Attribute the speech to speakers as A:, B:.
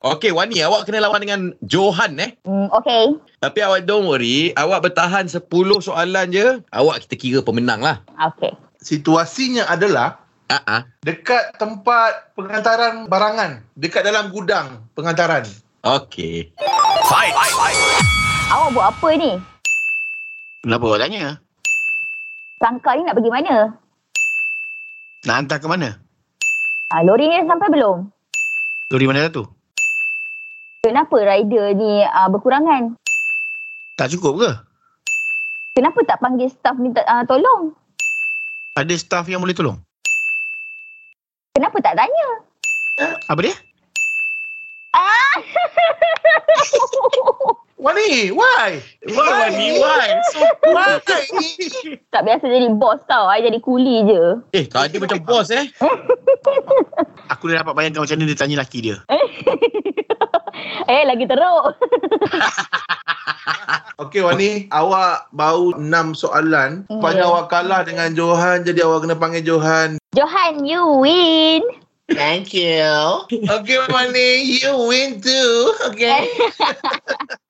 A: Okey, Wani, awak kena lawan dengan Johan eh.
B: Hmm, okay.
A: Tapi awak don't worry, awak bertahan 10 soalan je, awak kita kira pemenang lah.
B: Okay.
C: Situasinya adalah
A: Ah ah.
C: dekat tempat pengantaran barangan, dekat dalam gudang pengantaran.
A: Okey.
B: Awak buat apa ni?
D: Kenapa awak tanya?
B: Sangka ni nak pergi mana?
D: Nak hantar ke mana?
B: Ha, lori ni dah sampai belum?
D: Lori mana satu?
B: Kenapa rider ni uh, berkurangan?
D: Tak cukup ke?
B: Kenapa tak panggil staf minta uh, tolong?
D: Ada staff yang boleh tolong?
B: Kenapa tak tanya?
D: Apa dia?
C: Wani, why?
A: Why, Wani, why?
C: So why?
B: tak biasa jadi bos tau. I jadi kuli je.
A: Eh, tadi macam bos eh.
D: Aku dah dapat bayangkan macam mana dia tanya laki dia.
B: Eh, lagi teruk.
C: Okey Wani, awak baru 6 soalan. Rupanya
B: Yeah.
C: awak kalah dengan Johan jadi awak kena panggil Johan.
B: Johan, you win.
D: Thank you.
C: Okey Wani, you win too. Okey.